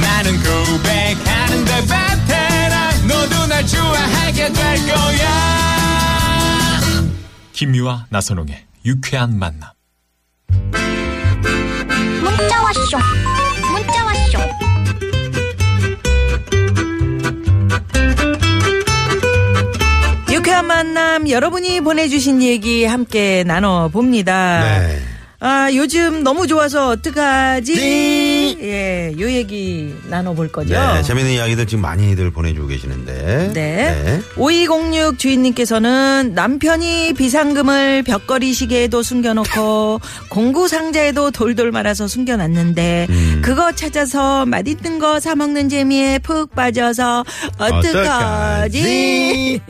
나는 고백하는데 베테랑 너도 날 좋아하게 될 거야 김미화 나선홍의 유쾌한 만남. 문자 왔쇼 문자 왔쇼 유쾌한 만남 여러분이 보내주신 얘기 함께 나눠봅니다. 네. 아 요즘 너무 좋아서 어떡하지? 예, 요 얘기 나눠볼 거죠. 네, 재밌는 이야기들 지금 많이들 보내주고 계시는데. 네. 5206 주인님께서는 남편이 비상금을 벽걸이 시계에도 숨겨놓고 공구 상자에도 돌돌 말아서 숨겨놨는데 음. 그거 찾아서 맛있는 거 사먹는 재미에 푹 빠져서 어떡하지?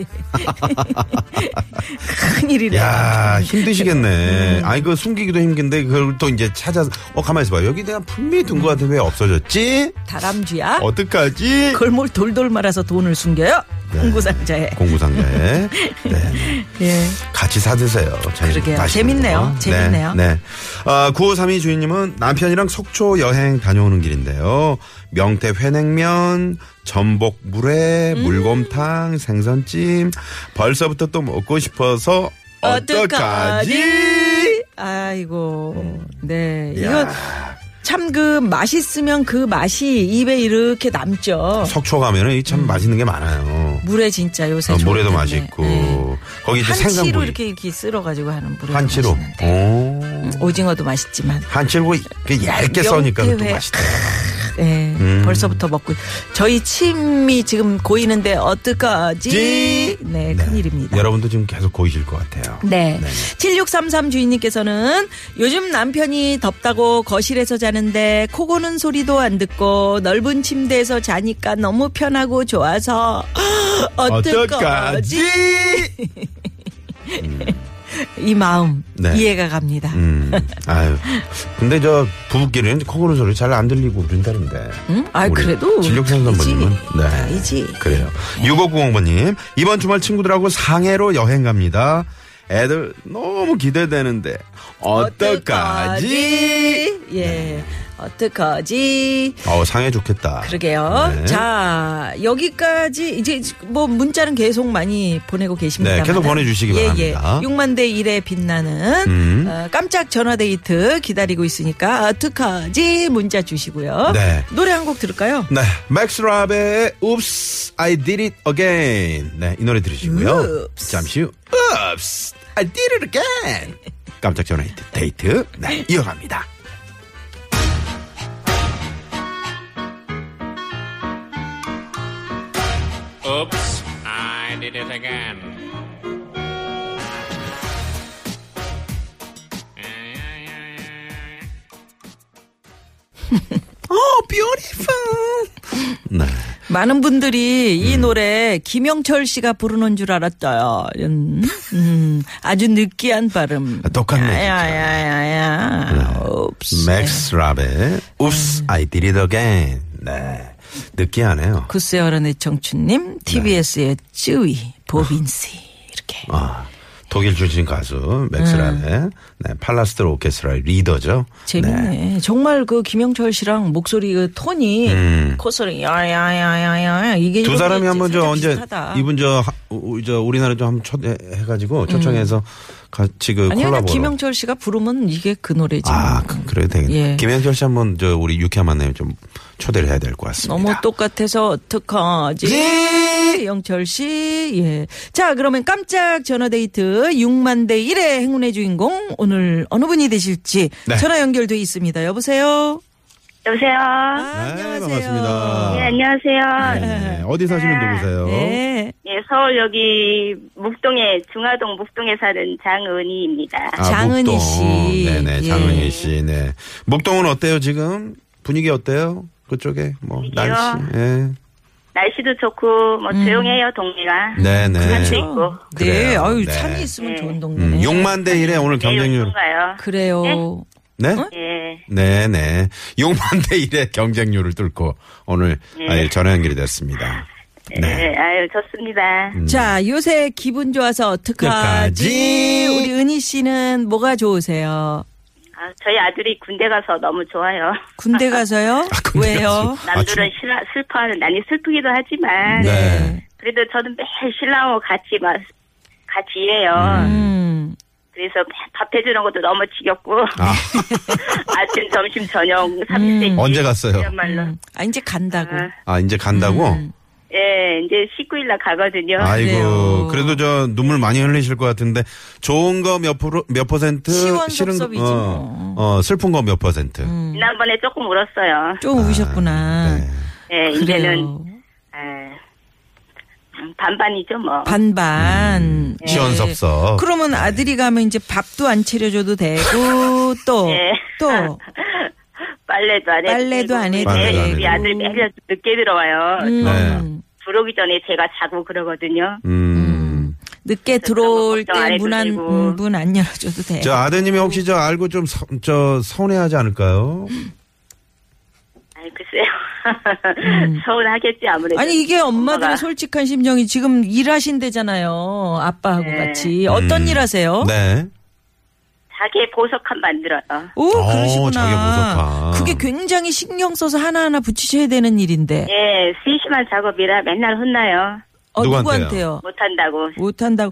큰일이네. 야 음. 힘드시겠네. 아이 그 숨기기도 힘든데 그걸 또 이제 찾아서 어 가만 있어봐 여기 내가 분명히 둔 것 같은데 왜 없어졌지? 다람쥐야? 어떡하지? 그걸 뭘 돌돌 말아서 돈을 숨겨요? 네. 공구 상자에. 공구상자에 네. 예. 같이 사드세요. 재- 그러게요. 맛있는 재밌네요. 거. 재밌네요. 네. 네. 아, 9532 주인님은 남편이랑 속초 여행 다녀오는 길인데요. 명태 회냉면, 전복 물회, 음. 물곰탕, 생선찜. 벌써부터 또 먹고 싶어서 어떡하지? 아이고. 네. 이거 어. 이야, 참 그 맛있으면 그 맛이 입에 이렇게 남죠. 속초 가면은 이참 맛있는 게 많아요. 물에 진짜 요새 어, 음. 좋을 모래도 텐데. 맛있고 네. 거기 이제 한치로 생강구이 이렇게 이렇게 쓸어가지고 하는 물에 한치로. 맛있는데. 오. 오징어도 맛있지만 한치로 이렇게 얇게 써니까 또 명태회. 맛있다. 예, 음. 벌써부터 먹고 저희 침이 지금 고이는데 어떡하지? 지? 네, 큰일입니다. 여러분도 지금 계속 고이실 것 같아요. 네. 7633 주인님께서는 요즘 남편이 덥다고 거실에서 자는데 코 고는 소리도 안 듣고 넓은 침대에서 자니까 너무 편하고 좋아서 어떡하지? 이 마음 네. 이해가 갑니다. 음, 아유. 근데 저 부부끼리는 코고는 소리 잘 안 들리고 그런다는데. 응? 아, 그래도 진력산선배님은 네. 다이지. 다이지. 그래요. 6590번님, 이번 주말 친구들하고 상해로 여행 갑니다. 애들 너무 기대되는데, 어떡하지? 예. 네. 어떡하지? 어, 상해 좋겠다. 그러게요. 네. 자, 여기까지 이제 뭐 문자는 계속 많이 보내고 계십니다. 네, 계속 보내주시기 예, 바랍니다. 예. 6만 대 1에 빛나는 음. 어, 깜짝 전화 데이트 기다리고 있으니까 어떡하지? 문자 주시고요. 네. 노래 한 곡 들을까요? 네, 맥스라베의 Oops, I Did It Again. 네, 이 노래 들으시고요. Oops. 잠시 후 Oops, I Did It Again. 깜짝 전화 데이트, 데이트. 네, 이어갑니다. Oops I did it again Oh, beautiful. 음. 네, 많은 분들이 이 노래 김영철 씨가 부르는 줄 알았어요. 음, 음, 아주 느끼한 발음. 아, 똑같네, 진짜. 네. 야야야야. 옵스. 맥스라베의 Oops, I Did It Again. 네, 느끼하네요. 구세어른의 청춘님, TBS의 쯔위, 보빈씨. 이렇게. 네. 아, 독일 출신 가수 맥스라베, 네, 팔라스트 오케스트라의 리더죠. 음. 재밌네. 네. 정말 그 김영철 씨랑 목소리 그 톤이 음. 콧소리 야야야야야 이게 네. 두 이런 사람이 게 한번 저 진짜 언제 비슷하다. 음. 이분 저, 하- 우- 저 우리나라 좀 한번 초대해가지고 초청해서 같이 그 아니요 그냥 콜라보. 김영철 씨가 부르면 이게 그 노래지. 아 그, 그래도 되겠네. 예. 김영철 씨 한번 저 우리 유쾌한 만남에 좀 초대를 해야 될 것 같습니다. 너무 똑같아서 어떡하지? 네. 영철 씨, 예. 자, 그러면 깜짝 전화 데이트 6만 대 1의 행운의 주인공 오늘 어느 분이 되실지 네. 전화 연결돼 있습니다. 여보세요. 여보세요. 아, 네, 안녕하세요. 반갑습니다. 네, 안녕하세요. 네, 어디 사시는 누구세요? 네. 예, 서울 여기 목동에 중화동 목동에 사는 장은희입니다. 아, 장은희 목동. 씨. 네네, 예. 장은희 씨. 네. 목동은 어때요 지금 분위기 어때요? 그쪽에 뭐 분위기요? 날씨. 예. 날씨도 좋고 뭐 조용해요 동네가. 음. 어? 네네. 산도 있고. 네, 어. 그래요. 아유 네. 산이 있으면 네. 좋은 동네네. 음, 6만 대 1에 오늘 경쟁률. 가요. 그래요. 음. 네? 예. 네네. 6만 대 1의 경쟁률을 뚫고 오늘 아예 전화 연결이 됐습니다. 네. 예, 아유 좋습니다. 음. 자, 요새 기분 좋아서 어떡하지? 어떡하지? 우리 은희 씨는 뭐가 좋으세요? 아, 저희 아들이 군대 가서 너무 좋아요. 군대 가서요? 아, 군대 왜요? 가서. 아, 남들은 싫어 슬퍼하는 난이 슬프기도 하지만 네. 그래도 저는 매일 신랑하고 같이 막 같이 일해요. 음. 그래서 밥 해주는 것도 너무 지겹고 아, 음. 아침 점심 저녁 30대 언제 갔어요? 말로 아, 이제 간다고. 아. 아, 이제 간다고? 음. 예 이제 19일 날 가거든요. 아이고, 그래요. 그래도 저 눈물 많이 흘리실 것 같은데 좋은 거 몇 프로 몇 퍼센트, 시원섭섭이지 뭐. 음. 어, 어, 슬픈 거 몇 퍼센트. 네. 지난번에 조금 울었어요. 좀 우셨구나. 아, 네. 예 이제는 그래요. 예, 음, 반반이죠 뭐. 반반. 네. 음, 시원섭섭. 네. 그러면 아들이 가면 이제 밥도 안 차려줘도 되고 또 예. 또. 빨래도 안 해. 빨래도 안 해도 빨래도 안 우리 해도. 아들 매일 늦게 들어와요. 네. 음. 들어오기 전에 제가 자고 그러거든요. 음. 늦게 들어올 걱정 안 해도 되고. 때문안문안 열어줘도 돼. 저 아드님이 혹시 저 알고 좀, 서, 저, 서운해하지 않을까요? 아이 글쎄요. 서운하겠지 아무래도. 음. 아니 이게 엄마들의 엄마가. 솔직한 심정이 지금 일하신대잖아요. 아빠하고 네. 같이 어떤 음. 일 하세요? 네. 자기 보석함 만들어요. 오 어, 아. 그러시구나. 자기가 보석함. 그게 굉장히 신경 써서 하나하나 붙이셔야 되는 일인데 예, 세심한 작업이라 맨날 혼나요. 어, 누구한테요? 누구한테요? 못한다고. 못한다고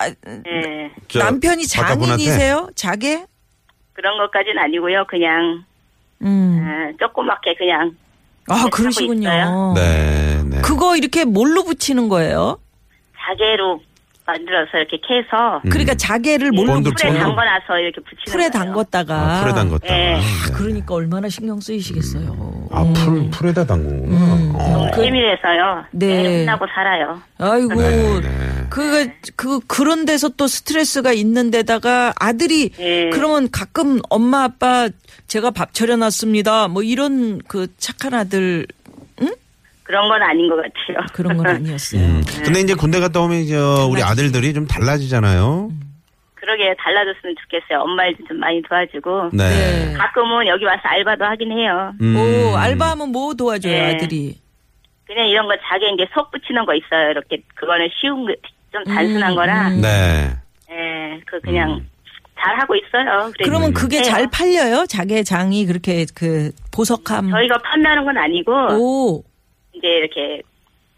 아, 예, 저 남편이 바깥분한테. 장인이세요? 자게? 그런 것까지는 아니고요. 그냥 음. 아, 조그맣게 그냥 아 하고 그러시군요. 있어요. 네, 네. 그거 이렇게 뭘로 붙이는 거예요? 자개로 만들어서 이렇게 캐서 그러니까 자개를 뭘로 음. 본드 풀에 붙여요? 담궈놔서 이렇게 붙이는 풀에 거예요. 담궜다가 아, 풀에 담궜다. 예. 아, 그 그러니까 얼마나 신경 쓰이시겠어요. 음. 아, 풀, 풀에다 담그구나. 어. 예민해서요. 네. 네. 혼나고 살아요. 아이고. 네, 네. 그, 그, 그런 데서 또 스트레스가 있는데다가 아들이 예. 그러면 가끔 엄마 아빠 제가 밥 차려놨습니다. 뭐 이런 그 착한 아들 그런 건 아닌 것 같아요. 그런 건 아니었어요. 음. 근데 이제 군대 갔다 오면 저 우리 아들들이 좀 달라지잖아요. 음. 그러게 달라졌으면 좋겠어요. 엄마 일도 좀 많이 도와주고. 네. 가끔은 여기 와서 알바도 하긴 해요. 음. 오, 알바하면 뭐 도와줘요, 예. 아들이. 그냥 이런 거 자기 이제 속 붙이는 거 있어요. 이렇게 그거는 쉬운 거, 좀 단순한 음, 거라. 네. 예, 그 그냥 잘 하고 있어요. 네, 그래서 그러면 그게 해요. 잘 팔려요? 자기 장이 그렇게 그 보석함. 음, 저희가 판매하는 건 아니고 오, 이제 이렇게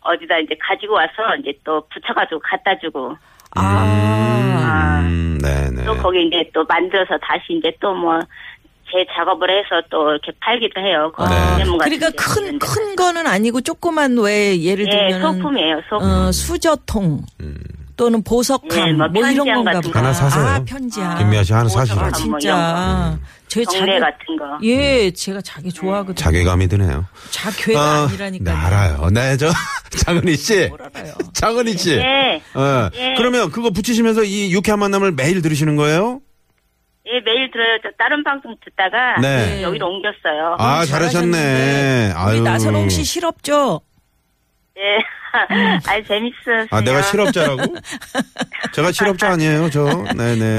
어디다 이제 가지고 와서 이제 또 붙여가지고 갖다 주고 아. 음, 네, 네. 또 거기 이제 또 만들어서 다시 이제 또 뭐 제 작업을 해서 또 이렇게 팔기도 해요. 그 네. 전문 같은 그러니까 데 큰, 있는데. 큰 거는 아니고 조그만 왜 예를 예, 들면. 소품이에요. 소품. 음. 어, 수저통 또는 보석함 예, 뭐, 뭐 이런 편지함 건가 같은 보다. 거. 음. 하나 사세요. 아, 편지함. 김미아 씨 하나 사시죠. 아, 보석함 뭐 이런 진짜. 제 자괴 정례 같은 거. 예, 제가 자괴 좋아하거든요. 자괴감이 드네요. 자괴가 음. 아, 네, 아니라니까. 알아요. 네, 저 장은희 씨. 알아요. 장은희 씨. 예, 어, 예. 그러면 그거 붙이시면서 이 유쾌한 만남을 매일 들으시는 거예요? 예, 매일 들어요. 저 다른 방송 듣다가 네. 여기로 옮겼어요. 아, 잘하셨네. 우리 아유. 나선홍 씨 실업죠? 예. 아, 재밌었어요. 아, 내가 실업자라고? 제가 실업자 아니에요, 저. 네네.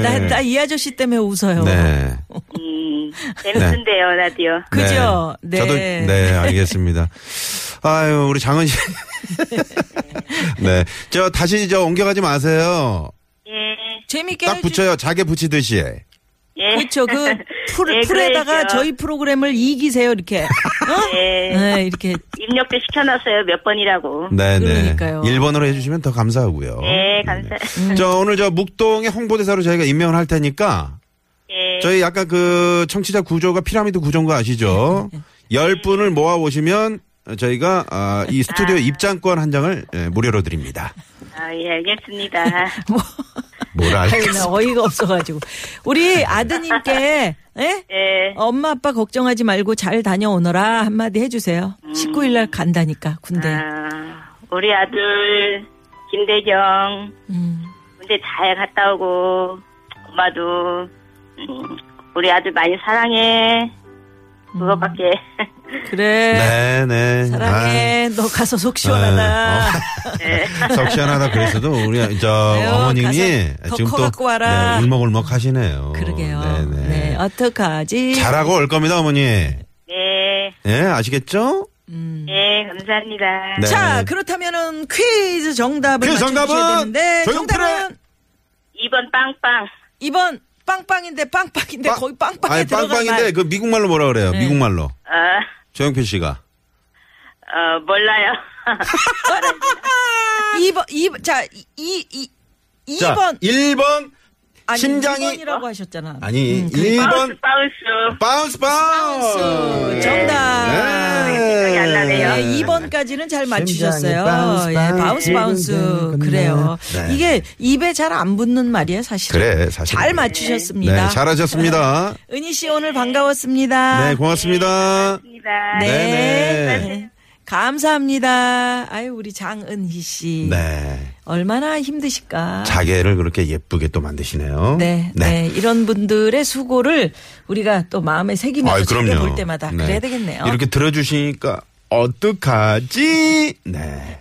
나, 나 이 아저씨 때문에 웃어요. 네. 음, 재밌던데요, 라디오. 그죠? 네. 저도, 네, 알겠습니다. 아유, 우리 장은 씨. 네. 저, 다시 저 옮겨가지 마세요. 예, 재밌게 딱 붙여요. 자개 붙이듯이. 예. 그렇죠. 그 풀, 예, 풀에다가 그래야죠. 저희 프로그램을 이기세요 이렇게. 어? 예. 네, 이렇게 입력도 시켜놨어요, 몇 번이라고. 음. 네네. 그러니까요. 1번으로 해주시면 더 감사하고요. 예, 감사, 음. 저, 오늘 저 묵동의 홍보대사로 저희가 임명을 할 테니까 네. 예. 저희 약간 그 청취자 구조가 피라미드 구조인 거 아시죠? 네, 열 분을 모아 오시면 저희가 아, 이 스튜디오 입장권 한 장을 예, 무료로 드립니다. 아, 예, 알겠습니다. 뭐라 아유, 나 어이가 없어가지고 우리 아드님께 예? 예. 엄마 아빠 걱정하지 말고 잘 다녀오너라 한마디 해주세요. 19일 날 간다니까 군대. 아, 우리 아들, 김대경. 군대 잘 갔다 오고, 엄마도, 음, 우리 아들 많이 사랑해. 그거밖에 그래. 네, 네. 사랑해. 너 가서 속 어, 시원하다. 예, 아, 속 시원하다 그랬어도 우리 저 아유, 어머님이 가서 더 지금 또 커갖고 와라. 네, 울먹울먹 하시네요. 그러게요. 네, 네, 네. 어떡하지? 잘하고 올 겁니다, 어머니. 예, 네. 아시겠죠? 예, 감사합니다. 네. 자, 그렇다면은 퀴즈 정답을 퀴즈 맞춰 주셔야 정답은 되는데 조용필의 정답은 2번 빵빵. 2번 빵빵인데 빵빵인데 거의 빵빵에 아니, 들어간 빵빵인데 말. 네. 그 미국말로 뭐라 그래요? 미국말로. 아, 조영필 씨가. 어, 몰라요. 2번 2번 자, 2 2 그- 자, 2번 1번 아니 심장이- 2번이라고 하셨잖아. 음, 그러니까. 아니, 1번 바우스. 바운스 네. 바운스. 정답. 생각이 안 나네요. 네, 2번까지는 잘 맞추셨어요. 바운스 바운스, 예, 바운스, 바운스. 그래요. 네. 이게 입에 잘 안 붙는 말이에요, 사실. 그래, 사실. 잘 맞추셨습니다. 네, 잘하셨습니다. 은희 씨 오늘 반가웠습니다. 네, 고맙습니다. 입니다. 네. 네, 네. 네. 감사합니다. 아유, 우리 장은희 씨. 네. 얼마나 힘드실까. 자개를 그렇게 예쁘게 또 만드시네요. 네, 네. 이런 분들의 수고를 우리가 또 마음에 새기면서 아이, 챙겨 네. 볼 때마다 네. 그래야 되겠네요. 이렇게 들어주시니까 어떡하지? 네.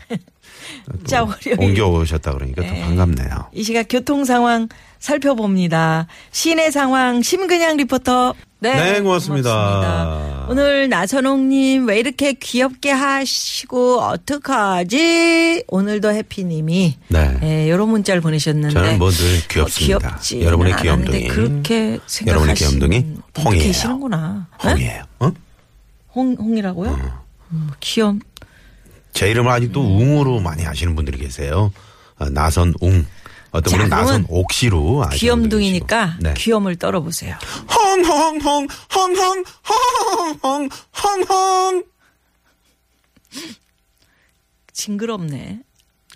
자, 월요일. 옮겨 오셨다 그러니까 더 반갑네요. 이 시각 교통 상황 살펴봅니다. 시내 상황 심근양 리포터. 네, 고맙습니다. 오늘 나선홍님 왜 이렇게 귀엽게 하시고 어떡하지? 오늘도 해피님이 네. 예, 이런 문자를 보내셨는데 어, 저는 뭐늘 귀엽습니다. 네. 귀엽지 여러분의 않았는데 귀염둥이. 그렇게 생각하시는 여러분의 귀염둥이 홍이에요. 계시는구나. 네? 홍이에요. 어? 홍 홍이라고요? 음, 귀염. 제 이름을 아직도 웅으로 많이 아시는 분들이 계세요. 어, 나선웅. 어떤 자, 그러면 분은 나선옥씨로 아시는 네. 귀염둥이니까 분들이 계시고. 귀염을 떨어보세요. 네. 홍홍홍 홍홍 홍홍 홍홍 징그럽네.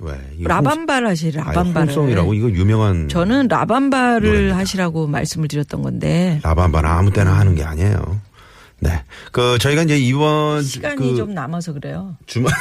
왜? 이거 홍- 라밤바를 하시 아니, 라밤바를. 홍성이라고 이거 유명한 저는 라밤바를 노래입니다. 하시라고 말씀을 드렸던 건데 라밤바는 아무 때나 하는 게 아니에요. 네. 그 저희가 이제 이번 시간이 그 좀 남아서 그래요. 주말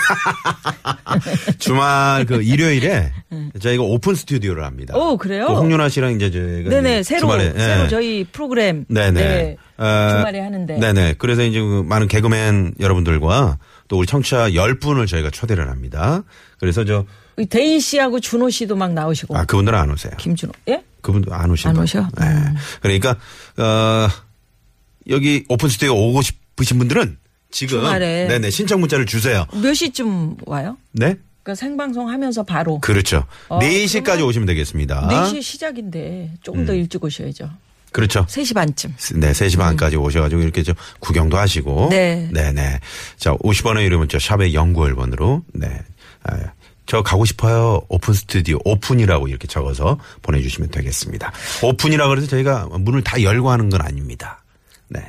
주말 그 일요일에 저희가 오픈 스튜디오를 합니다. 네. 오, 그래요? 그 홍윤아 씨랑 이제 저희가 네네 이제 새로 주말에, 새로 예. 저희 프로그램 네네. 네, 어, 주말에 하는데 네네. 그래서 이제 그 많은 개그맨 여러분들과 또 우리 청취자 10분을 저희가 초대를 합니다. 그래서 저, 우리 데이 씨하고 준호 씨도 막 나오시고 아, 그분들은 안 오세요. 김준호 예? 그분도 안 오신다. 안 오셔? 음. 네. 그러니까, 어, 여기 오픈 스튜디오 오고 싶으신 분들은 지금. 주말에. 네네. 신청 문자를 주세요. 몇 시쯤 와요? 네? 그러니까 생방송 하면서 바로 그렇죠. 아? 어, 4시까지 그러면- 오시면 되겠습니다. 4시 시작인데 조금 음. 더 일찍 오셔야죠. 그렇죠. 3시 반쯤. 네, 3시 반까지 오셔가지고 이렇게 좀 구경도 하시고. 음. 네. 네네. 자, 50원의 유료 문자 샵의 0951번으로. 네. 아, 저 가고 싶어요. 오픈 스튜디오. 오픈이라고 이렇게 적어서 보내주시면 되겠습니다. 오픈이라고 해서 저희가 문을 다 열고 하는 건 아닙니다. 네.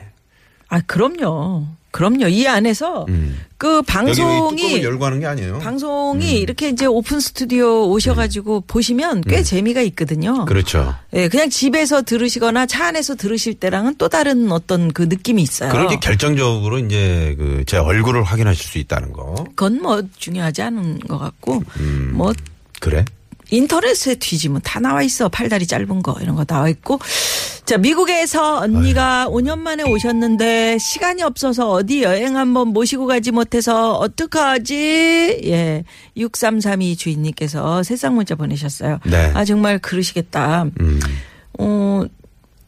아, 그럼요. 그럼요. 이 안에서 그 음. 여기 뚜껑을 방송이 열고 음. 하는 게 아니에요. 방송이 이렇게 이제 오픈 스튜디오 오셔가지고 보시면 꽤 재미가 있거든요. 음. 그렇죠. 예, 그냥 집에서 들으시거나 차 안에서 들으실 때랑은 또 다른 어떤 그 느낌이 있어요. 그런 게 결정적으로 이제 그 제 얼굴을 확인하실 수 있다는 거. 건뭐 중요하지 않은 것 같고 음. 뭐 그래? 인터넷에 뒤지면 다 나와 있어. 팔다리 짧은 거 이런 거 나와 있고. 자, 미국에서 언니가 5년 만에 오셨는데 시간이 없어서 어디 여행 한번 모시고 가지 못해서 어떡하지? 예. 6332 주인님께서 새싹 문자 보내셨어요. 네. 아, 정말 그러시겠다. 음. 어,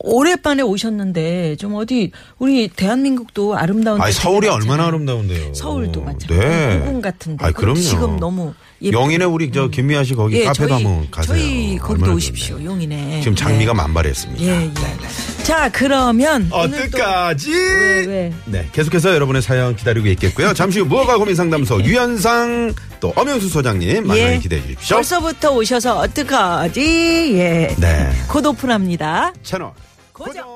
오랜만에 오셨는데 좀 어디 우리 대한민국도 아름다운 아니, 데들이 서울이 많잖아요. 얼마나 아름다운데요. 서울도 마찬가지. 네. 고궁 같은데. 아, 그럼요. 지금 너무 예쁘고 용인에 우리 저 김미아 씨 거기 예, 카페도 저희- 한번 가세요. 저희 거기도 얼마나 오십시오, 좋은데요. 용인에. 지금 장미가 네. 만발했습니다. 네. 예, 예. 자, 그러면. 오늘 또- 어떡하지? 왜, 왜? 네, 계속해서 여러분의 사연 기다리고 있겠고요. 잠시 후 무허가 고민 상담소 유현상 또 엄영수 소장님 만나 예. 기대해 주십시오. 벌써부터 오셔서 어떡하지? 예. 네. 곧 오픈합니다. 채널 고정.